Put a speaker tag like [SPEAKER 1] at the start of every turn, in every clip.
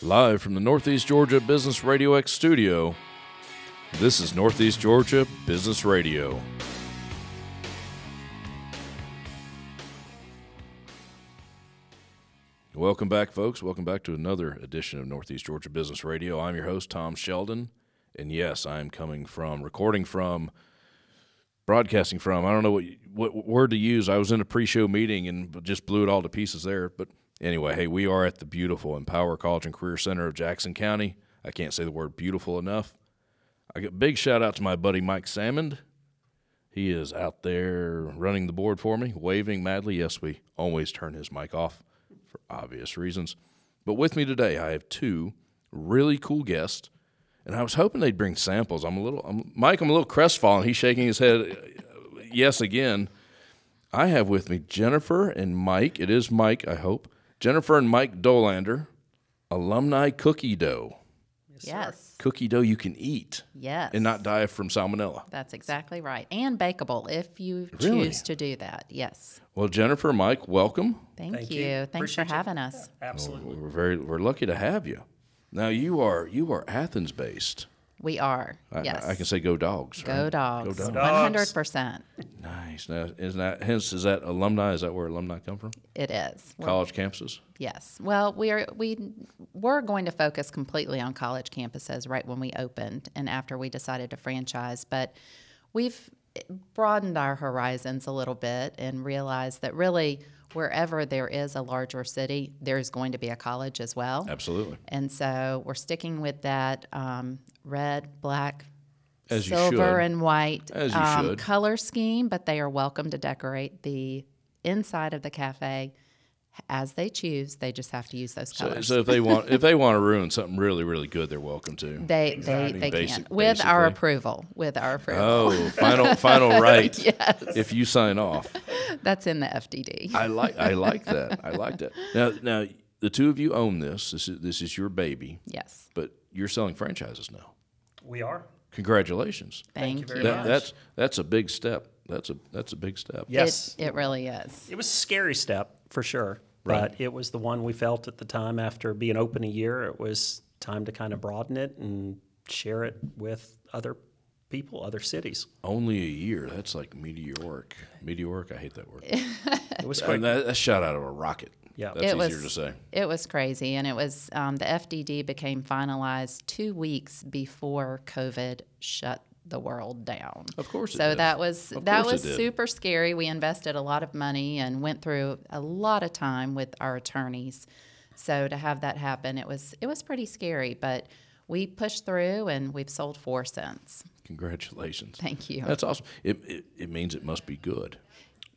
[SPEAKER 1] Live from the Northeast Georgia Business Radio X studio, this is Northeast Georgia Business Radio. Welcome back, folks. Welcome back to another edition of Northeast Georgia Business Radio. I'm your host, Tom Sheldon. And yes, I am coming from, recording from, broadcasting from. I don't know what, what word to use. I was in a pre show meeting and just blew it all to pieces there. But anyway, hey, we are at the beautiful Empower College and Career Center of Jackson County. I can't say the word beautiful enough. I get big shout out to my buddy Mike Salmond. He is out there running the board for me, waving madly. Yes, we always turn his mic off for obvious reasons. But with me today, I have two really cool guests, and I was hoping they'd bring samples. I'm a little, I'm, Mike, I'm a little crestfallen. He's shaking his head, uh, yes, again. I have with me Jennifer and Mike. It is Mike, I hope. Jennifer and Mike Dolander, alumni cookie dough.
[SPEAKER 2] Yes.
[SPEAKER 1] Cookie dough you can eat
[SPEAKER 2] Yes.
[SPEAKER 1] and not die from salmonella.
[SPEAKER 2] That's exactly right. And bakeable if you
[SPEAKER 1] Really?
[SPEAKER 2] choose to do that. Yes.
[SPEAKER 1] Well, Jennifer, Mike, welcome.
[SPEAKER 2] Thank,
[SPEAKER 3] Thank
[SPEAKER 2] you.
[SPEAKER 3] you.
[SPEAKER 2] Thanks
[SPEAKER 3] Appreciate
[SPEAKER 2] for
[SPEAKER 3] you.
[SPEAKER 2] having us.
[SPEAKER 3] Absolutely.
[SPEAKER 1] We're very we're lucky to have you. Now you are you are Athens based.
[SPEAKER 2] We are.
[SPEAKER 1] I,
[SPEAKER 2] yes.
[SPEAKER 1] I can say go dogs.
[SPEAKER 2] Go
[SPEAKER 1] right?
[SPEAKER 2] dogs.
[SPEAKER 1] Go dogs.
[SPEAKER 3] Dogs.
[SPEAKER 2] 100%.
[SPEAKER 1] Nice. Now, isn't that hence is that alumni? Is that where alumni come from?
[SPEAKER 2] It is. We're-
[SPEAKER 1] College campuses.
[SPEAKER 2] Yes. Well, we are we were going to focus completely on college campuses right when we opened and after we decided to franchise, but we've broadened our horizons a little bit and realized that really wherever there is a larger city, there's going to be a college as well.
[SPEAKER 1] Absolutely.
[SPEAKER 2] And so we're sticking with that um, red, black,
[SPEAKER 1] As you
[SPEAKER 2] silver,
[SPEAKER 1] should.
[SPEAKER 2] and white um,
[SPEAKER 1] As you should.
[SPEAKER 2] color scheme, but they are welcome to decorate the inside of the cafe as they choose. They just have to use those
[SPEAKER 1] So,
[SPEAKER 2] colors.
[SPEAKER 1] so if they want if they want to ruin something really really good, they're welcome to.
[SPEAKER 2] they they, they
[SPEAKER 1] Basic-
[SPEAKER 2] can with our
[SPEAKER 1] basically.
[SPEAKER 2] approval. With our approval.
[SPEAKER 1] Oh, final final right. If you sign off.
[SPEAKER 2] That's in the FDD.
[SPEAKER 1] I like I like that. I like that. Now now the two of you own this. This is this is your baby,
[SPEAKER 2] yes.
[SPEAKER 1] but you're selling franchises now.
[SPEAKER 3] We are.
[SPEAKER 1] Congratulations.
[SPEAKER 2] Thank,
[SPEAKER 3] you very
[SPEAKER 2] you.
[SPEAKER 3] much.
[SPEAKER 1] That, that's that's a big step. That's a that's a big step.
[SPEAKER 3] Yes.
[SPEAKER 2] It, it really is.
[SPEAKER 3] It, was a scary step for sure, but it was the one we felt at the time after being open a year. It was time to kind of broaden it and share it with other people, other cities.
[SPEAKER 1] Only a year. That's like meteoric. Meteoric. I hate that word.
[SPEAKER 3] It was
[SPEAKER 1] and
[SPEAKER 3] quick.
[SPEAKER 1] that, that's shot out of a rocket.
[SPEAKER 3] Yeah.
[SPEAKER 1] That's
[SPEAKER 2] It
[SPEAKER 1] easier
[SPEAKER 2] was-
[SPEAKER 1] to say.
[SPEAKER 2] It was crazy, and it was um, the FDD became finalized two weeks before COVID shut the world down.
[SPEAKER 1] Of course. it
[SPEAKER 2] So
[SPEAKER 1] did.
[SPEAKER 2] that was
[SPEAKER 1] Of
[SPEAKER 2] that
[SPEAKER 1] course it
[SPEAKER 2] was
[SPEAKER 1] did.
[SPEAKER 2] super scary. We invested a lot of money and went through a lot of time with our attorneys. So to have that happen, it was it was pretty scary, but we pushed through and we've sold four since.
[SPEAKER 1] Congratulations.
[SPEAKER 2] Thank you.
[SPEAKER 1] That's awesome. It, it it means it must be good.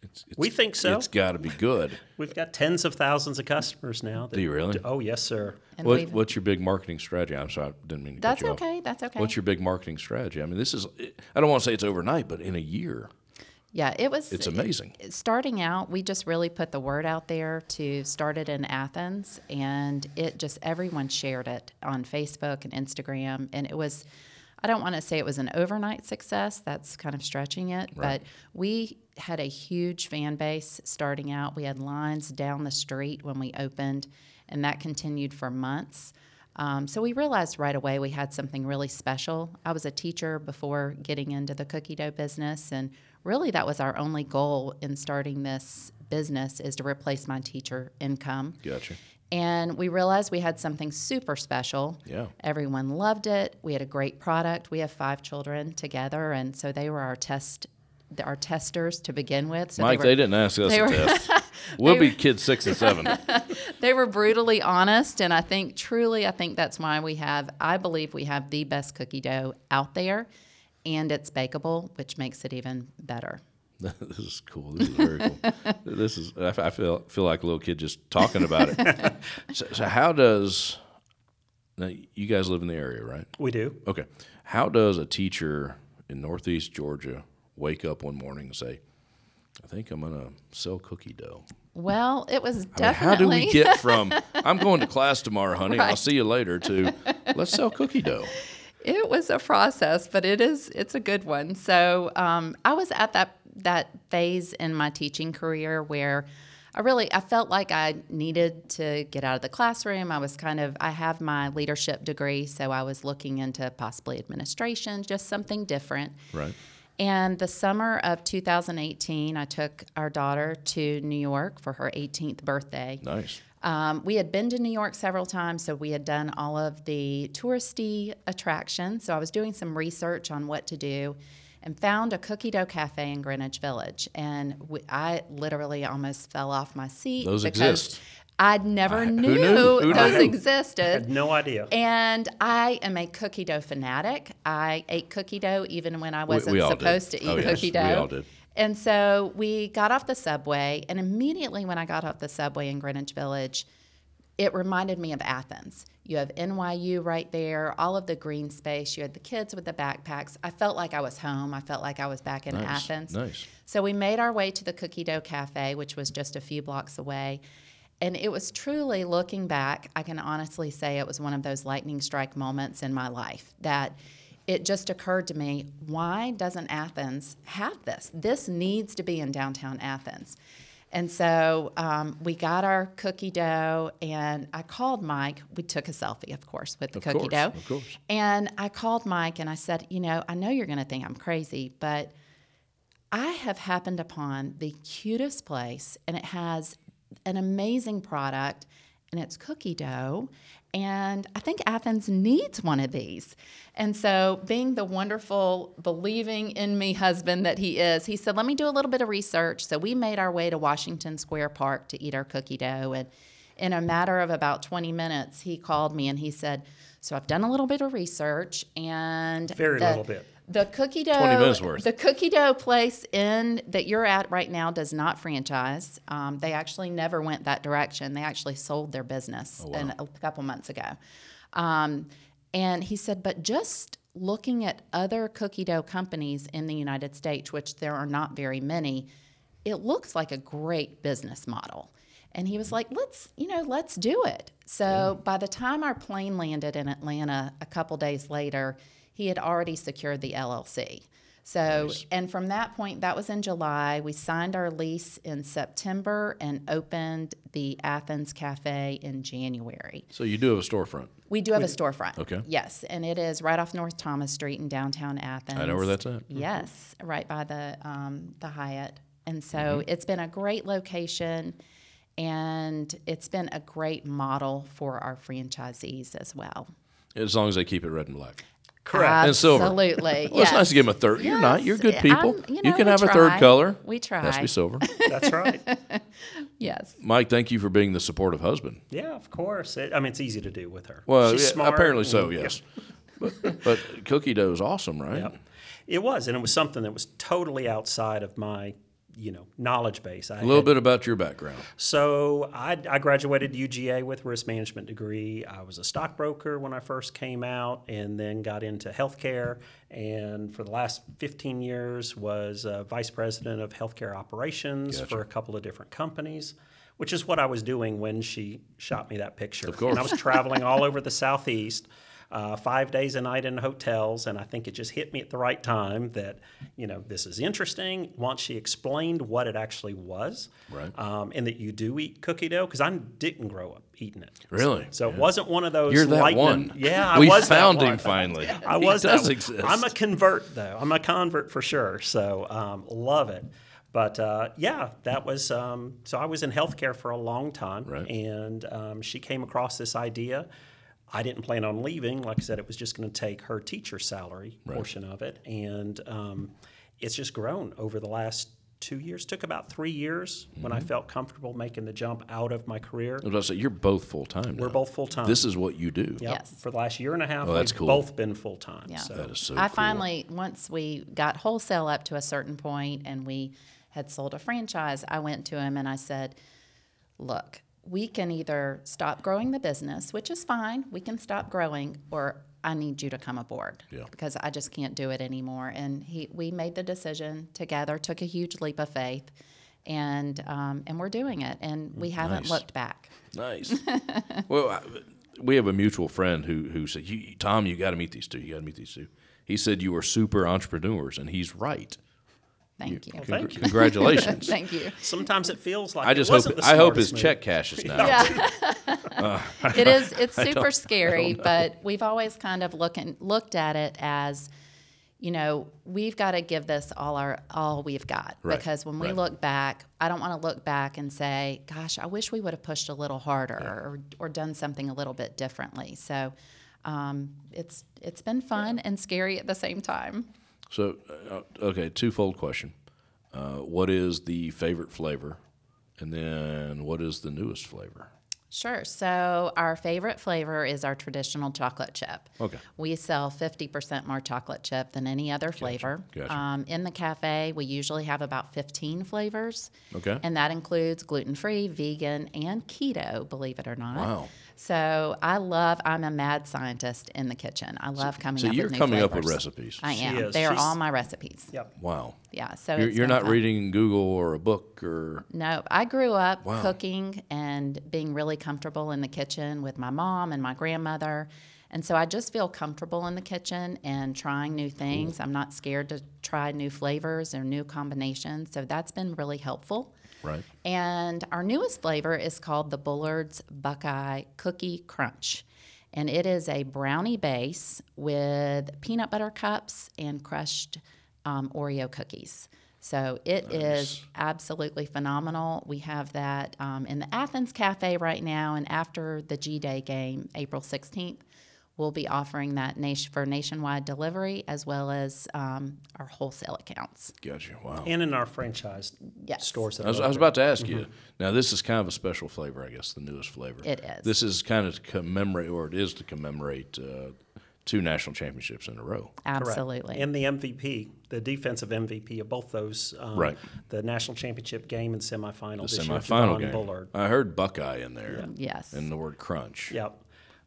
[SPEAKER 1] It's, it's,
[SPEAKER 3] We think so.
[SPEAKER 1] It's got to be good.
[SPEAKER 3] We've got tens of thousands of customers now. That,
[SPEAKER 1] Do you really?
[SPEAKER 3] Oh, yes, sir.
[SPEAKER 2] And
[SPEAKER 1] What,
[SPEAKER 2] we've-
[SPEAKER 1] what's your big marketing strategy? I'm sorry, I didn't mean to
[SPEAKER 2] that's
[SPEAKER 1] cut you off.
[SPEAKER 2] okay. That's okay.
[SPEAKER 1] What's your big marketing strategy? I mean, this is. I don't want to say it's overnight, but in a year,
[SPEAKER 2] yeah, it was
[SPEAKER 1] it's amazing.
[SPEAKER 2] starting out, we just really put the word out there to start it in Athens, and it just everyone shared it on Facebook and Instagram, and it was. I don't want to say it was an overnight success. That's kind of stretching it, but we had a huge fan base starting out. We had lines down the street when we opened, and that continued for months. Um, so we realized right away we had something really special. I was a teacher before getting into the cookie dough business, and really that was our only goal in starting this business is to replace my teacher income.
[SPEAKER 1] Gotcha.
[SPEAKER 2] And we realized we had something super special.
[SPEAKER 1] Yeah.
[SPEAKER 2] Everyone loved it. We had a great product. We have five children together, and so they were our test, our testers to begin with. So
[SPEAKER 1] Mike,
[SPEAKER 2] they
[SPEAKER 1] they,
[SPEAKER 2] were
[SPEAKER 1] didn't ask us
[SPEAKER 2] they
[SPEAKER 1] a
[SPEAKER 2] were-
[SPEAKER 1] test. We'll be kids six and seven.
[SPEAKER 2] they were brutally honest and i think truly i think that's why we have i believe we have the best cookie dough out there and it's bakeable which makes it even better
[SPEAKER 1] this is cool. This is very cool. this is. I, f- I feel feel like a little kid just talking about it. so, so how does? Now you guys live in the area, right?
[SPEAKER 3] We do.
[SPEAKER 1] Okay. How does a teacher in Northeast Georgia wake up one morning and say, "I think I'm gonna sell cookie dough"?
[SPEAKER 2] well it was
[SPEAKER 1] I mean, how
[SPEAKER 2] definitely
[SPEAKER 1] do we get from "I'm going to class tomorrow, honey. I'll see you later" to "Let's sell cookie dough"?
[SPEAKER 2] it was a process but it is it's a good one so um, i was at that that phase in my teaching career where I really I felt like I needed to get out of the classroom. I was kind of I have my leadership degree, so I was looking into possibly administration, just something different.
[SPEAKER 1] Right.
[SPEAKER 2] And the summer of 2018, I took our daughter to New York for her 18th birthday.
[SPEAKER 1] Nice.
[SPEAKER 2] Um, we had been to New York several times, so we had done all of the touristy attractions. So I was doing some research on what to do and found a cookie dough cafe in Greenwich Village. And we, I literally almost fell off my seat.
[SPEAKER 1] Those
[SPEAKER 2] because
[SPEAKER 1] exist.
[SPEAKER 2] I'd never knew,
[SPEAKER 1] knew? Who
[SPEAKER 2] those
[SPEAKER 1] knew?
[SPEAKER 2] existed.
[SPEAKER 3] Had no idea.
[SPEAKER 2] And I am a cookie dough fanatic. I ate cookie dough even when I wasn't
[SPEAKER 1] we all did.
[SPEAKER 2] supposed to eat
[SPEAKER 1] Oh, yes,
[SPEAKER 2] cookie
[SPEAKER 1] we
[SPEAKER 2] dough.
[SPEAKER 1] all did.
[SPEAKER 2] And so we got off the subway, and immediately when I got off the subway in Greenwich Village, it reminded me of Athens. You have NYU right there, all of the green space. You had the kids with the backpacks. I felt like I was home. I felt like I was back in
[SPEAKER 1] Nice.
[SPEAKER 2] Athens.
[SPEAKER 1] Nice.
[SPEAKER 2] So we made our way to the Cookie Dough Cafe, which was just a few blocks away. And it was truly looking back, I can honestly say it was one of those lightning strike moments in my life that it just occurred to me why doesn't Athens have this? This needs to be in downtown Athens. And so um, we got our cookie dough, and I called Mike. We took a selfie, of course, with the cookie
[SPEAKER 1] course,
[SPEAKER 2] dough.
[SPEAKER 1] of course.
[SPEAKER 2] And I called Mike and I said, You know, I know you're going to think I'm crazy, but I have happened upon the cutest place, and it has an amazing product, and it's cookie dough. And I think Athens needs one of these. And so, being the wonderful, believing in me husband that he is, he said, Let me do a little bit of research. So, we made our way to Washington Square Park to eat our cookie dough. And in a matter of about 20 minutes, he called me and he said, So, I've done a little bit of research and
[SPEAKER 3] Very
[SPEAKER 2] the-
[SPEAKER 3] little bit.
[SPEAKER 2] the cookie dough,
[SPEAKER 1] minutes worth.
[SPEAKER 2] the cookie dough place in that you're at right now does not franchise. Um, they actually never went that direction. They actually sold their business
[SPEAKER 1] Oh,
[SPEAKER 2] in a couple months ago. Um, and he said, but just looking at other cookie dough companies in the United States, which there are not very many, it looks like a great business model. And he was like, let's, you know, let's do it. So by the time our plane landed in Atlanta a couple days later, he had already secured the LLC. So, and from that point, that was in July. We signed our lease in September and opened the Athens Cafe in January.
[SPEAKER 1] So you do have a storefront.
[SPEAKER 2] We do have a storefront.
[SPEAKER 1] Okay.
[SPEAKER 2] Yes. And it is right off North Thomas Street in downtown Athens.
[SPEAKER 1] I know where that's at.
[SPEAKER 2] Yes, right by the um, the Hyatt, and so
[SPEAKER 1] Mm-hmm.
[SPEAKER 2] it's been a great location, and it's been a great model for our franchisees as well.
[SPEAKER 1] As long as they keep it red and black.
[SPEAKER 3] Correct.
[SPEAKER 1] And silver.
[SPEAKER 2] Absolutely.
[SPEAKER 1] Well, it's nice to give them a third. You're not. You're good people. can have a third color.
[SPEAKER 2] We try.
[SPEAKER 1] Has to be silver.
[SPEAKER 3] That's right.
[SPEAKER 2] Yes.
[SPEAKER 1] Mike, thank you for being the supportive husband.
[SPEAKER 3] Yeah, of course. It, I mean, it's easy to do with her.
[SPEAKER 1] Well,
[SPEAKER 3] She's
[SPEAKER 1] yeah,
[SPEAKER 3] smart
[SPEAKER 1] apparently so.
[SPEAKER 3] and-
[SPEAKER 1] Yes. but, but cookie dough is awesome, right?
[SPEAKER 3] Yep. It was, and it was something that was totally outside of my, you know, knowledge base. I
[SPEAKER 1] A little
[SPEAKER 3] had-
[SPEAKER 1] bit about your background.
[SPEAKER 3] So I, I graduated UGA with risk management degree. I was a stockbroker when I first came out, and then got into healthcare. And for the last 15 years, was uh, vice president of healthcare operations for a couple of different companies. Which is what I was doing when she shot me that picture. Of
[SPEAKER 1] course.
[SPEAKER 3] And I was traveling all over the southeast uh, five days a night in hotels, and I think it just hit me at the right time that you know this is interesting. Once she explained what it actually was,
[SPEAKER 1] Right.
[SPEAKER 3] um, and that you do eat cookie dough because I didn't grow up eating it.
[SPEAKER 1] Really?
[SPEAKER 3] So it wasn't one of those.
[SPEAKER 1] You're that
[SPEAKER 3] lightning-
[SPEAKER 1] one.
[SPEAKER 3] Yeah, I
[SPEAKER 1] we
[SPEAKER 3] was that
[SPEAKER 1] found
[SPEAKER 3] one.
[SPEAKER 1] him finally.
[SPEAKER 3] I was.
[SPEAKER 1] He does
[SPEAKER 3] that-
[SPEAKER 1] exist.
[SPEAKER 3] I'm a convert though. I'm a convert for sure. So um, love it. But uh, yeah, that was um, so. I was in healthcare for a long time,
[SPEAKER 1] Right.
[SPEAKER 3] and um, she came across this idea. I didn't plan on leaving. Like I said, it was just going to take her teacher salary portion of it, and um, it's just grown over the last two years. Took about three years
[SPEAKER 1] Mm-hmm.
[SPEAKER 3] when I felt comfortable making the jump out of my career.
[SPEAKER 1] I was about to say you're both full time.
[SPEAKER 3] We're both full time.
[SPEAKER 1] Oh, This is what you do.
[SPEAKER 3] Yep.
[SPEAKER 2] Yes.
[SPEAKER 3] For the last year and a half,
[SPEAKER 1] that's
[SPEAKER 3] we've
[SPEAKER 1] cool.
[SPEAKER 3] both been full time.
[SPEAKER 2] Yeah.
[SPEAKER 3] So
[SPEAKER 1] That is so.
[SPEAKER 2] I
[SPEAKER 1] cool.
[SPEAKER 2] finally, once we got wholesale up to a certain point and we had sold a franchise, I went to him and I said, Look, we can either stop growing the business, which is fine, we can stop growing, or I need you to come aboard
[SPEAKER 1] Yeah.
[SPEAKER 2] because I just can't do it anymore. And he, we made the decision together, took a huge leap of faith, and um, and we're doing it, and we haven't
[SPEAKER 1] Nice.
[SPEAKER 2] looked back.
[SPEAKER 1] Nice. well, I, we have a mutual friend who who said, you, "Tom, you got to meet these two. You got to meet these two." He said, "You are super entrepreneurs," and he's right.
[SPEAKER 2] Thank you.
[SPEAKER 3] thank you.
[SPEAKER 1] Congratulations.
[SPEAKER 2] Thank you.
[SPEAKER 3] Sometimes it feels like
[SPEAKER 1] I
[SPEAKER 3] it
[SPEAKER 1] just hope
[SPEAKER 3] wasn't the
[SPEAKER 1] I hope his
[SPEAKER 3] smartest move.
[SPEAKER 1] check cashes now.
[SPEAKER 2] Yeah. it is it's super scary, but we've always kind of looking looked at it as you know, we've got to give this all our all we've got
[SPEAKER 1] Right,
[SPEAKER 2] because when we
[SPEAKER 1] right.
[SPEAKER 2] look back, I don't want to look back and say, gosh, I wish we would have pushed a little harder or, or done something a little bit differently. So um, it's it's been fun and scary at the same time.
[SPEAKER 1] So, uh, okay, twofold question. Uh, what is the favorite flavor? And then what is the newest flavor?
[SPEAKER 2] Sure. So our favorite flavor is our traditional chocolate chip.
[SPEAKER 1] Okay.
[SPEAKER 2] We sell 50% more chocolate chip than any other flavor.
[SPEAKER 1] Gotcha.
[SPEAKER 2] Um, in the cafe, we usually have about 15 flavors.
[SPEAKER 1] Okay.
[SPEAKER 2] And that includes gluten free, vegan, and keto, believe it or not.
[SPEAKER 1] Wow.
[SPEAKER 2] So I love, I'm a mad scientist in the kitchen. I love coming
[SPEAKER 1] so
[SPEAKER 2] up
[SPEAKER 1] you're
[SPEAKER 2] with new
[SPEAKER 1] coming up with
[SPEAKER 2] flavors.
[SPEAKER 1] recipes.
[SPEAKER 2] I am.
[SPEAKER 3] is.
[SPEAKER 2] They are
[SPEAKER 3] She's-
[SPEAKER 2] all my recipes.
[SPEAKER 3] Yep.
[SPEAKER 1] Wow.
[SPEAKER 2] Yeah. So
[SPEAKER 1] You're,
[SPEAKER 2] it's
[SPEAKER 1] you're
[SPEAKER 2] been
[SPEAKER 1] not
[SPEAKER 2] fun.
[SPEAKER 1] reading Google or a book or
[SPEAKER 2] No, I grew up
[SPEAKER 1] Wow.
[SPEAKER 2] cooking and being really comfortable in the kitchen with my mom and my grandmother. And so I just feel comfortable in the kitchen and trying new things. I'm not scared to try new flavors or new combinations. So that's been really helpful.
[SPEAKER 1] right.
[SPEAKER 2] And our newest flavor is called the Bullard's Buckeye Cookie Crunch. And it is a brownie base with peanut butter cups and crushed um, Oreo cookies. So it is absolutely phenomenal. We have that um, in the Athens Cafe right now. And after the G Day game, April 16th, we'll be offering that nation- for nationwide delivery as well as um, our wholesale accounts.
[SPEAKER 1] Gotcha. Wow.
[SPEAKER 3] And in our franchise
[SPEAKER 2] Yes.
[SPEAKER 3] stores. That
[SPEAKER 1] I was,
[SPEAKER 3] are
[SPEAKER 1] I was
[SPEAKER 3] open.
[SPEAKER 1] about to ask you. Now, this is kind of a special flavor, I guess, the newest flavor.
[SPEAKER 2] Mm-hmm. It is.
[SPEAKER 1] This is kind of to commemorate, or it is to commemorate uh, two national championships in a row.
[SPEAKER 3] Correct.
[SPEAKER 2] Absolutely.
[SPEAKER 3] And the MVP, the defensive MVP of both those, um,
[SPEAKER 1] Right.
[SPEAKER 3] the national championship game and semifinal.
[SPEAKER 1] The
[SPEAKER 3] this year,
[SPEAKER 1] semifinal
[SPEAKER 3] Javon
[SPEAKER 1] game.
[SPEAKER 3] Bullard.
[SPEAKER 1] I heard Buckeye in there
[SPEAKER 2] Yes.
[SPEAKER 1] and the word crunch.
[SPEAKER 3] Yep.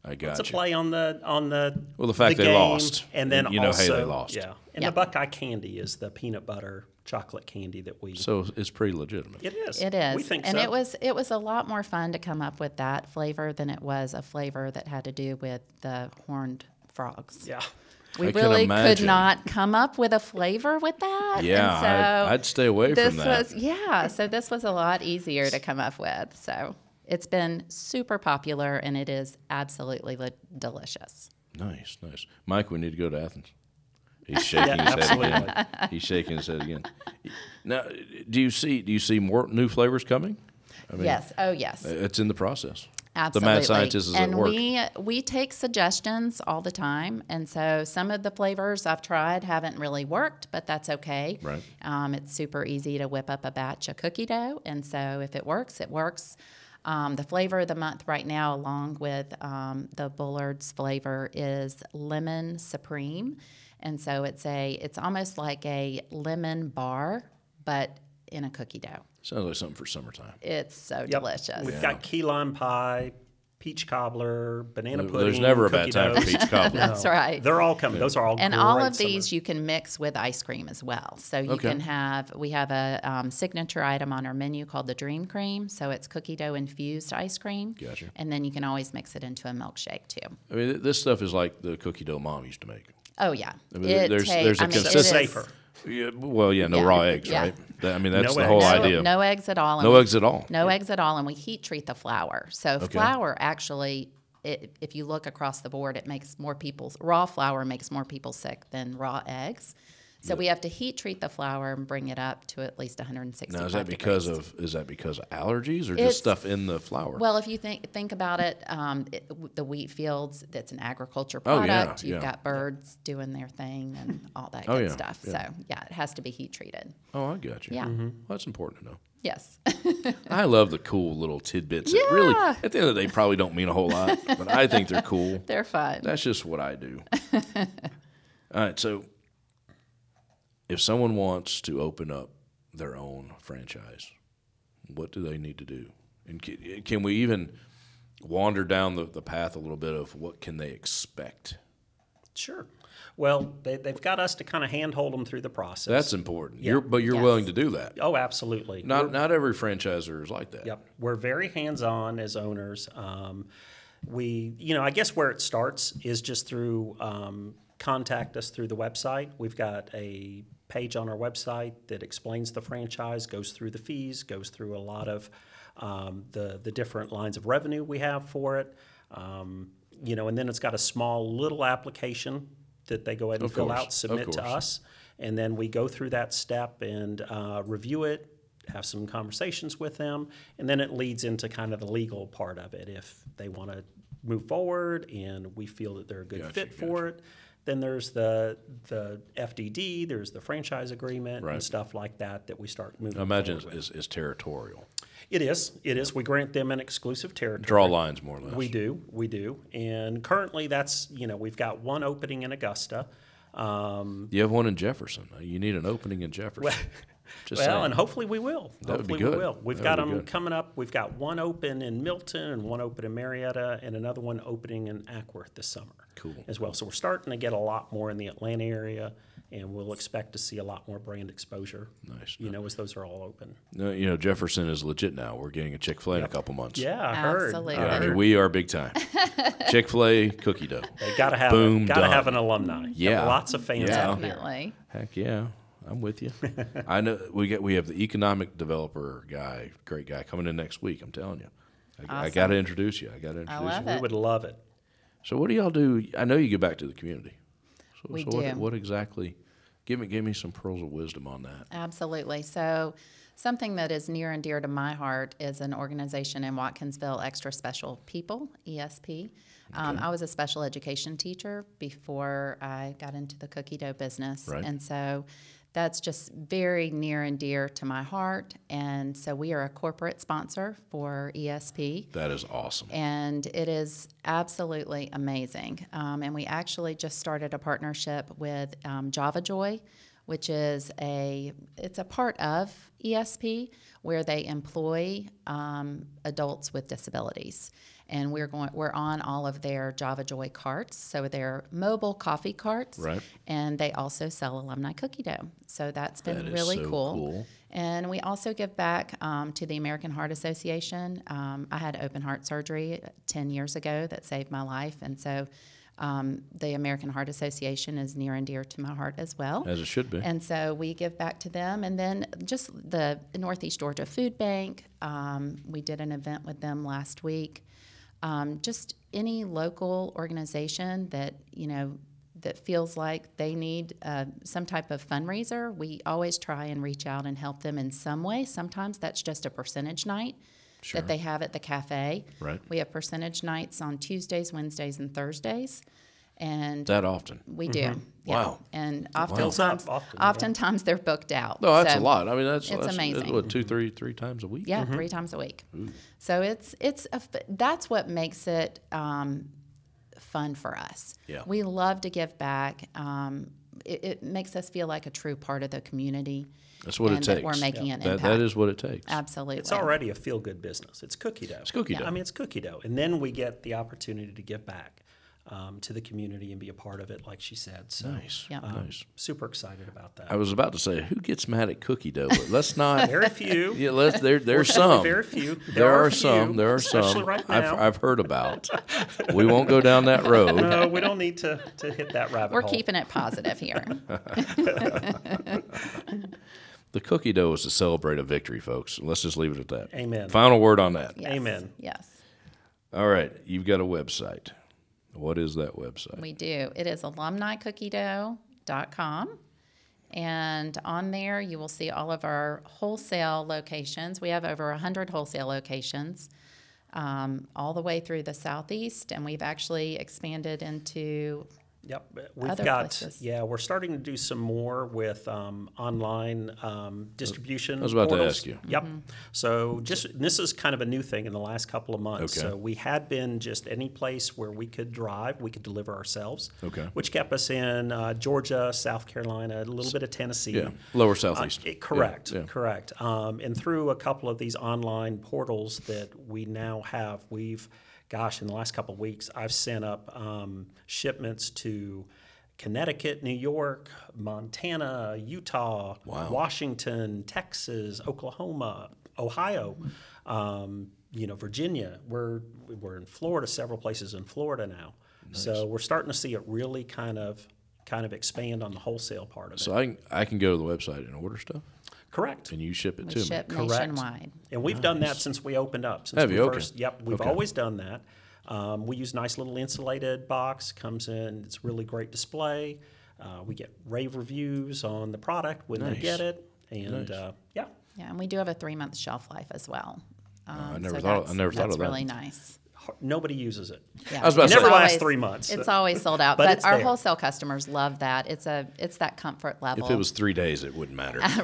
[SPEAKER 1] I got
[SPEAKER 3] It's a
[SPEAKER 1] you.
[SPEAKER 3] play on the on the
[SPEAKER 1] Well, the fact they
[SPEAKER 3] game,
[SPEAKER 1] lost,
[SPEAKER 3] and then
[SPEAKER 1] and you know, hey,
[SPEAKER 3] also
[SPEAKER 1] they lost.
[SPEAKER 3] yeah, and
[SPEAKER 2] Yeah.
[SPEAKER 3] the Buckeye candy is the peanut butter chocolate candy that we.
[SPEAKER 1] So it's pretty legitimate.
[SPEAKER 3] it is.
[SPEAKER 2] It is.
[SPEAKER 3] We think
[SPEAKER 2] and
[SPEAKER 3] so.
[SPEAKER 2] it was it was a lot more fun to come up with that flavor than it was a flavor that had to do with the horned frogs.
[SPEAKER 3] Yeah.
[SPEAKER 2] We
[SPEAKER 1] I can
[SPEAKER 2] really could
[SPEAKER 1] imagine.
[SPEAKER 2] not come up with a flavor with that.
[SPEAKER 1] Yeah,
[SPEAKER 2] And
[SPEAKER 1] I'd,
[SPEAKER 2] so
[SPEAKER 1] I'd stay away
[SPEAKER 2] this
[SPEAKER 1] from that.
[SPEAKER 2] was yeah, so this was a lot easier to come up with. So it's been super popular and it is absolutely li- delicious.
[SPEAKER 1] nice, nice. Mike, we need to go to Athens. He's shaking
[SPEAKER 3] Yeah,
[SPEAKER 1] his head again. He's shaking his head again. Now, do you see? Do you see more new flavors coming?
[SPEAKER 2] yes. Oh yes.
[SPEAKER 1] It's in the process.
[SPEAKER 2] Absolutely.
[SPEAKER 1] The mad scientist is
[SPEAKER 2] and
[SPEAKER 1] at work.
[SPEAKER 2] we we take suggestions all the time, and so some of the flavors I've tried haven't really worked, but that's okay.
[SPEAKER 1] Right.
[SPEAKER 2] Um, it's super easy to whip up a batch of cookie dough, and so if it works, it works. Um, the flavor of the month right now, along with um, the Bullard's flavor, is lemon supreme, and so it's a it's almost like a lemon bar, but in a cookie dough.
[SPEAKER 1] Sounds like something for summertime.
[SPEAKER 2] It's so
[SPEAKER 3] Yep.
[SPEAKER 2] delicious.
[SPEAKER 3] We've got key lime pie, peach cobbler, banana pudding.
[SPEAKER 1] There's never a bad
[SPEAKER 3] cookie
[SPEAKER 1] time for
[SPEAKER 3] dough.
[SPEAKER 1] peach cobbler.
[SPEAKER 2] That's right.
[SPEAKER 3] They're all coming. Those are all
[SPEAKER 2] And all
[SPEAKER 3] great
[SPEAKER 2] of these
[SPEAKER 3] summer-
[SPEAKER 2] you can mix with ice cream as well. So you
[SPEAKER 1] Okay.
[SPEAKER 2] can have, we have a um, signature item on our menu called the Dream Cream. So it's cookie dough infused ice cream.
[SPEAKER 1] Gotcha.
[SPEAKER 2] And then you can always mix it into a milkshake too.
[SPEAKER 1] I mean, th- this stuff is like the cookie dough mom used to make.
[SPEAKER 2] Oh, yeah.
[SPEAKER 1] mean, there's- there's a
[SPEAKER 2] it
[SPEAKER 1] consistent-
[SPEAKER 2] is-
[SPEAKER 3] safer.
[SPEAKER 1] Yeah, well, yeah, no raw eggs,
[SPEAKER 2] yeah.
[SPEAKER 1] right? That- I mean, that's
[SPEAKER 3] No
[SPEAKER 1] the whole
[SPEAKER 2] No,
[SPEAKER 3] eggs.
[SPEAKER 1] idea.
[SPEAKER 2] no eggs at all. and
[SPEAKER 1] No
[SPEAKER 2] we-
[SPEAKER 1] eggs at all.
[SPEAKER 2] No eggs at all. And we heat treat the flour. So flour actually. It, if you look across the board, it makes more people raw flour makes more people sick than raw eggs. So we have to heat treat the flour and bring it up to at least 160.
[SPEAKER 1] Now, is that because of is that because of allergies or
[SPEAKER 2] It's-
[SPEAKER 1] just stuff in the flour?
[SPEAKER 2] Well, if you think think about it, um, it w- the wheat fields that's an agriculture
[SPEAKER 1] Oh, yeah,
[SPEAKER 2] product. You've
[SPEAKER 1] yeah.
[SPEAKER 2] got birds doing their thing and all that
[SPEAKER 1] Oh,
[SPEAKER 2] good
[SPEAKER 1] yeah,
[SPEAKER 2] stuff. So yeah, it has to be heat treated.
[SPEAKER 1] oh, I got you.
[SPEAKER 2] Yeah.
[SPEAKER 1] Well, that's important to know.
[SPEAKER 2] Yes.
[SPEAKER 1] I love the cool little tidbits. That really,
[SPEAKER 2] Yeah.
[SPEAKER 1] at the end of the day, probably don't mean a whole lot, but I think they're cool.
[SPEAKER 2] They're fun.
[SPEAKER 1] That's just what I do. All right, so if someone wants to open up their own franchise, what do they need to do? And can, can we even wander down the, the path a little bit of what can they expect?
[SPEAKER 3] Sure. Well, they, they've got us to kind of handhold them through the process.
[SPEAKER 1] That's important. You're, but you're
[SPEAKER 2] Yes.
[SPEAKER 1] willing to do that.
[SPEAKER 3] oh, absolutely.
[SPEAKER 1] Not not every franchisor is like that.
[SPEAKER 3] Yep. We're very hands on as owners. Um, we, you know, I guess where it starts is just through um, contact us through the website. We've got a page on our website that explains the franchise, goes through the fees, goes through a lot of um, the the different lines of revenue we have for it. Um, you know, and then it's got a small little application that they go ahead and
[SPEAKER 1] Of
[SPEAKER 3] fill
[SPEAKER 1] course,
[SPEAKER 3] out, submit
[SPEAKER 1] of
[SPEAKER 3] to
[SPEAKER 1] course.
[SPEAKER 3] us, and then we go through that step and uh, review it, have some conversations with them, and then it leads into kind of the legal part of it. If they want to move forward and we feel that they're a good
[SPEAKER 1] Gotcha,
[SPEAKER 3] fit for it, then there's the the FDD, there's the franchise agreement
[SPEAKER 1] Right.
[SPEAKER 3] and stuff like that that we start moving.
[SPEAKER 1] I imagine
[SPEAKER 3] forward
[SPEAKER 1] it's, it's, it's territorial.
[SPEAKER 3] with. it is. It is. We grant them an exclusive territory.
[SPEAKER 1] Draw lines more or less.
[SPEAKER 3] We do, we do, and currently that's you know we've got one opening in Augusta. Um,
[SPEAKER 1] you have one in Jefferson. Uh, You need an opening in Jefferson. Just
[SPEAKER 3] well,
[SPEAKER 1] saying.
[SPEAKER 3] and hopefully we will.
[SPEAKER 1] That would be
[SPEAKER 3] hopefully
[SPEAKER 1] good.
[SPEAKER 3] we will. We've
[SPEAKER 1] That
[SPEAKER 3] got
[SPEAKER 1] would be
[SPEAKER 3] them
[SPEAKER 1] good.
[SPEAKER 3] coming up. We've got one open in Milton and one open in Marietta and another one opening in Ackworth this summer.
[SPEAKER 1] Cool.
[SPEAKER 3] As well. So we're starting to get a lot more in the Atlanta area and we'll expect to see a lot more brand exposure.
[SPEAKER 1] Nice.
[SPEAKER 3] You know, as those are all open.
[SPEAKER 1] No, you know, Jefferson is legit now. We're getting a Chick fil A in a couple months.
[SPEAKER 3] Yeah, I heard.
[SPEAKER 2] Absolutely.
[SPEAKER 1] Yeah,
[SPEAKER 3] I
[SPEAKER 1] I
[SPEAKER 2] Yeah.
[SPEAKER 1] mean,
[SPEAKER 3] heard.
[SPEAKER 1] we are big time. Chick fil A cookie dough.
[SPEAKER 3] They gotta have
[SPEAKER 1] Boom,
[SPEAKER 3] gotta
[SPEAKER 1] done.
[SPEAKER 3] have an alumni. Got
[SPEAKER 1] Yeah.
[SPEAKER 3] Lots of fans
[SPEAKER 1] Yeah.
[SPEAKER 3] out there.
[SPEAKER 2] Definitely.
[SPEAKER 1] Heck yeah, I'm with you. I know we get we have the economic developer guy, great guy coming in next week. I'm telling you, I, I
[SPEAKER 2] Awesome.
[SPEAKER 1] got to introduce you. I got to introduce
[SPEAKER 2] love
[SPEAKER 1] you.
[SPEAKER 2] it.
[SPEAKER 3] We would love it.
[SPEAKER 1] So what do y'all do? I know you go back to the community. So,
[SPEAKER 2] We
[SPEAKER 1] so What,
[SPEAKER 2] do.
[SPEAKER 1] what exactly? Give me give me some pearls of wisdom on that.
[SPEAKER 2] Absolutely. So, something that is near and dear to my heart is an organization in Watkinsville, Extra Special People, ESP. Um, I was a special education teacher before I got into the cookie dough business.
[SPEAKER 1] Right.
[SPEAKER 2] And so, that's just very near and dear to my heart. And so, we are a corporate sponsor for E ESP.
[SPEAKER 1] That is awesome.
[SPEAKER 2] And it is absolutely amazing. Um, and we actually just started a partnership with um, Java Joy, which is a it's a part of ESP where they employ um, adults with disabilities. And we're going we're on all of their Java Joy carts, so their mobile coffee carts,
[SPEAKER 1] Right.
[SPEAKER 2] and they also sell alumni cookie dough. So that's been
[SPEAKER 1] That is
[SPEAKER 2] really
[SPEAKER 1] so
[SPEAKER 2] cool.
[SPEAKER 1] cool.
[SPEAKER 2] And we also give back um, to the American Heart Association. Um, I had open heart surgery 10 years ago that saved my life. And so um, the American Heart Association is near and dear to my heart as well.
[SPEAKER 1] As it should be.
[SPEAKER 2] And so we give back to them. And then just the Northeast Georgia Food Bank, um, we did an event with them last week. Um, just any local organization that, you know, that feels like they need uh, some type of fundraiser, we always try and reach out and help them in some way. Sometimes that's just a percentage night that they have at the cafe.
[SPEAKER 1] Right.
[SPEAKER 2] We have percentage nights on Tuesdays, Wednesdays, and Thursdays. And
[SPEAKER 1] that often.
[SPEAKER 2] we do. yeah.
[SPEAKER 1] Wow.
[SPEAKER 2] And
[SPEAKER 3] Fills
[SPEAKER 2] oftentimes,
[SPEAKER 3] up often, right?
[SPEAKER 2] oftentimes they're booked out.
[SPEAKER 1] No, Oh, that's a
[SPEAKER 2] So,
[SPEAKER 1] lot. Mm-hmm. I mean, that's
[SPEAKER 2] it's
[SPEAKER 1] that's,
[SPEAKER 2] amazing.
[SPEAKER 1] that's, what, two,
[SPEAKER 3] Mm-hmm.
[SPEAKER 1] three, three times a week.
[SPEAKER 2] Yeah, three times a week. So it's it's a, f- that's what makes it um, fun for us.
[SPEAKER 1] Yeah.
[SPEAKER 2] We love to give back. Um, it, it makes us feel like a true part of the community.
[SPEAKER 1] That's what it
[SPEAKER 2] and
[SPEAKER 1] takes.
[SPEAKER 2] That we're making an
[SPEAKER 1] That-
[SPEAKER 2] impact.
[SPEAKER 1] that is what it takes.
[SPEAKER 2] Absolutely.
[SPEAKER 3] It's already a feel good business. It's cookie dough. It's
[SPEAKER 1] cookie dough.
[SPEAKER 3] I mean, it's cookie dough. And then we get the opportunity to give back um, to the community and be a part of it, like she said. So
[SPEAKER 1] Nice.
[SPEAKER 2] Yeah.
[SPEAKER 1] Nice.
[SPEAKER 3] super excited about that.
[SPEAKER 1] I was about to say, who gets mad at cookie dough? But let's not.
[SPEAKER 3] very few.
[SPEAKER 1] yeah, let's, there, there's
[SPEAKER 3] Fortunately,
[SPEAKER 1] some.
[SPEAKER 3] Very few. There,
[SPEAKER 1] There are
[SPEAKER 3] few,
[SPEAKER 1] some. There are
[SPEAKER 3] especially
[SPEAKER 1] some
[SPEAKER 3] right now.
[SPEAKER 1] I've, I've heard about. we won't go down that road.
[SPEAKER 3] no, we don't need to, to hit that rabbit
[SPEAKER 2] We're
[SPEAKER 3] hole.
[SPEAKER 2] keeping it positive here.
[SPEAKER 1] The cookie dough is to celebrate a victory, folks. Let's just leave it at that.
[SPEAKER 3] Amen.
[SPEAKER 1] Final word on that.
[SPEAKER 2] Yes,
[SPEAKER 3] Amen.
[SPEAKER 2] Yes.
[SPEAKER 1] All right, you've got a website. What is that website?
[SPEAKER 2] We do. It is alumniccookiedough.com. And on there, you will see all of our wholesale locations. We have over 100 wholesale locations um, all the way through the southeast. And we've actually expanded into,
[SPEAKER 3] Yep, uh, we've
[SPEAKER 2] other
[SPEAKER 3] got
[SPEAKER 2] places.
[SPEAKER 3] yeah. We're starting to do some more with um, online um, distribution. I
[SPEAKER 1] was about to ask you.
[SPEAKER 3] Yep.
[SPEAKER 2] Mm-hmm.
[SPEAKER 3] So just and this is kind of a new thing in the last couple of months.
[SPEAKER 1] Okay.
[SPEAKER 3] So we had been just any place where we could drive, we could deliver ourselves.
[SPEAKER 1] Okay.
[SPEAKER 3] Which kept us in uh, Georgia, South Carolina, a little bit of Tennessee.
[SPEAKER 1] yeah, Lower
[SPEAKER 3] Uh,
[SPEAKER 1] Southeast.
[SPEAKER 3] it- correct,
[SPEAKER 1] Yeah, yeah.
[SPEAKER 3] correct. Um, and through a couple of these online portals that we now have, we've, gosh, in the last couple of weeks, I've sent up um, shipments to Connecticut, New York, Montana, Utah, Washington, Texas, Oklahoma, Ohio. Um, you know, Virginia. We're we're in Florida, several places in Florida now. So we're starting to see it really kind of kind of expand on the wholesale part of it.
[SPEAKER 1] So I can, I can go to the website and order stuff,
[SPEAKER 3] Correct.
[SPEAKER 1] and you ship it
[SPEAKER 2] We
[SPEAKER 1] to
[SPEAKER 2] ship
[SPEAKER 1] me.
[SPEAKER 3] Correct.
[SPEAKER 2] nationwide.
[SPEAKER 3] And we've done that since we opened up. Since
[SPEAKER 1] Have
[SPEAKER 3] we
[SPEAKER 1] you? Okay.
[SPEAKER 3] First, yep, we've
[SPEAKER 1] Okay.
[SPEAKER 3] always done that. Um, we use nice little insulated box. Comes in, it's really great display. Uh, we get rave reviews on the product when
[SPEAKER 1] Nice.
[SPEAKER 3] they get it, and uh, yeah,
[SPEAKER 2] Yeah, and we do have a three month shelf life as well. Um,
[SPEAKER 1] Oh, I never
[SPEAKER 2] so
[SPEAKER 1] thought- I
[SPEAKER 2] that's-
[SPEAKER 1] never thought
[SPEAKER 2] that's
[SPEAKER 1] of that.
[SPEAKER 2] really nice.
[SPEAKER 3] har- nobody uses it.
[SPEAKER 2] Yeah.
[SPEAKER 1] I was about
[SPEAKER 2] It's
[SPEAKER 1] to say-
[SPEAKER 3] Never lasts
[SPEAKER 2] always-
[SPEAKER 3] three months.
[SPEAKER 2] It's always sold out,
[SPEAKER 3] But
[SPEAKER 2] but,
[SPEAKER 3] it's
[SPEAKER 2] our
[SPEAKER 3] there.
[SPEAKER 2] wholesale customers love that. It's a it's that comfort level.
[SPEAKER 1] If it was three days, it wouldn't matter.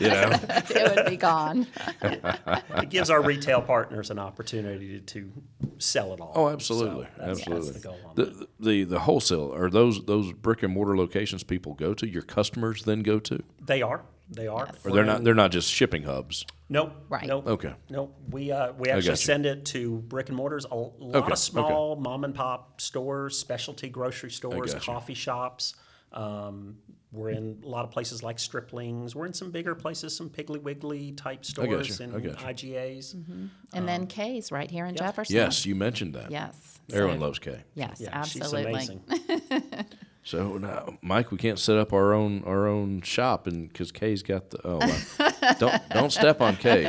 [SPEAKER 1] you know?
[SPEAKER 2] it would be gone.
[SPEAKER 3] it gives our retail partners an opportunity to sell it all.
[SPEAKER 1] Oh, absolutely,
[SPEAKER 3] So that's-
[SPEAKER 1] absolutely.
[SPEAKER 3] That's the goal on
[SPEAKER 1] the,
[SPEAKER 3] that.
[SPEAKER 1] the the wholesale are those those brick and mortar locations people go to. Your customers then go to,
[SPEAKER 3] They are. They are.
[SPEAKER 2] Yes.
[SPEAKER 1] or they're not they're not just shipping hubs.
[SPEAKER 3] Nope.
[SPEAKER 2] Right.
[SPEAKER 3] Nope.
[SPEAKER 1] Okay.
[SPEAKER 3] Nope. We uh, we actually
[SPEAKER 1] gotcha.
[SPEAKER 3] send it to brick and mortars. A lot
[SPEAKER 1] Okay, okay.
[SPEAKER 3] of small mom and pop stores, specialty grocery stores,
[SPEAKER 1] gotcha.
[SPEAKER 3] coffee shops. Um, we're in a lot of places like Striplings. We're in some bigger places, some Piggly Wiggly type stores
[SPEAKER 1] gotcha, I
[SPEAKER 3] and
[SPEAKER 1] gotcha.
[SPEAKER 3] IGAs.
[SPEAKER 2] Mm-hmm. And then K's right here in Jefferson.
[SPEAKER 1] Um, Yes, you mentioned that.
[SPEAKER 2] Yes.
[SPEAKER 1] everyone
[SPEAKER 2] So-
[SPEAKER 1] loves K.
[SPEAKER 2] Yes,
[SPEAKER 3] Yeah,
[SPEAKER 2] absolutely.
[SPEAKER 3] she's amazing.
[SPEAKER 1] So now, Mike, we can't set up our own our own shop, and because K's got the oh, my- don't don't step on K.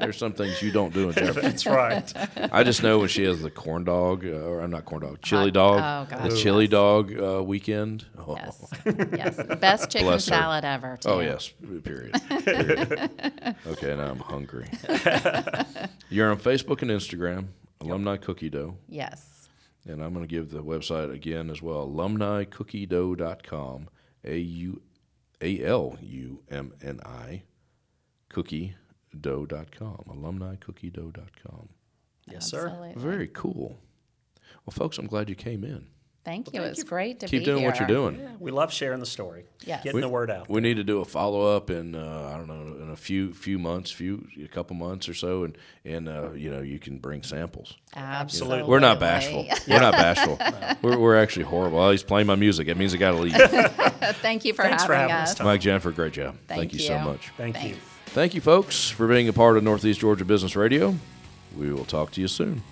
[SPEAKER 1] There's some things you don't do in Jefferson.
[SPEAKER 3] That's right.
[SPEAKER 1] I just know when she has the corn dog, uh, or I'm not corn dog, chili
[SPEAKER 2] Hot-
[SPEAKER 1] dog,
[SPEAKER 2] oh,
[SPEAKER 1] the
[SPEAKER 2] gosh,
[SPEAKER 1] chili dog uh, weekend. Oh,
[SPEAKER 2] Yes. yes. Best chicken
[SPEAKER 1] Bless her.
[SPEAKER 2] salad ever. Too.
[SPEAKER 1] Oh yes, period. Period. okay, now I'm hungry. You're on Facebook and Instagram, Alumni Cookie Dough,
[SPEAKER 2] Yes.
[SPEAKER 1] and I'm going to give the website again as well, alumnicookie.dough.com, A U A L U M N I cookie dough.com, alumnicookie.dough.com.
[SPEAKER 3] Yes, sir.
[SPEAKER 2] Absolutely.
[SPEAKER 1] Very cool. Well, folks, I'm glad you came in.
[SPEAKER 2] Thank you. it was great to
[SPEAKER 1] Keep
[SPEAKER 2] be
[SPEAKER 1] doing
[SPEAKER 2] here.
[SPEAKER 1] what you're doing.
[SPEAKER 3] We love sharing the story.
[SPEAKER 2] Yes.
[SPEAKER 3] Getting the word out.
[SPEAKER 1] We need to do a follow up in uh, I don't know in a few few months, few a couple months or so, and and uh, you know you can bring samples.
[SPEAKER 2] Absolutely.
[SPEAKER 1] We're not bashful. We're not bashful. We're, we're actually horrible. Well, he's playing my music. It means I got to leave.
[SPEAKER 2] Thank you for
[SPEAKER 3] Thanks
[SPEAKER 2] having,
[SPEAKER 3] for having us,
[SPEAKER 2] us.
[SPEAKER 3] Tom.
[SPEAKER 1] Mike Jennifer, great job.
[SPEAKER 2] Thank
[SPEAKER 1] you so
[SPEAKER 2] you.
[SPEAKER 1] much.
[SPEAKER 3] Thank you.
[SPEAKER 2] Thanks.
[SPEAKER 1] Thank you, folks, for being a part of Northeast Georgia Business Radio. We will talk to you soon.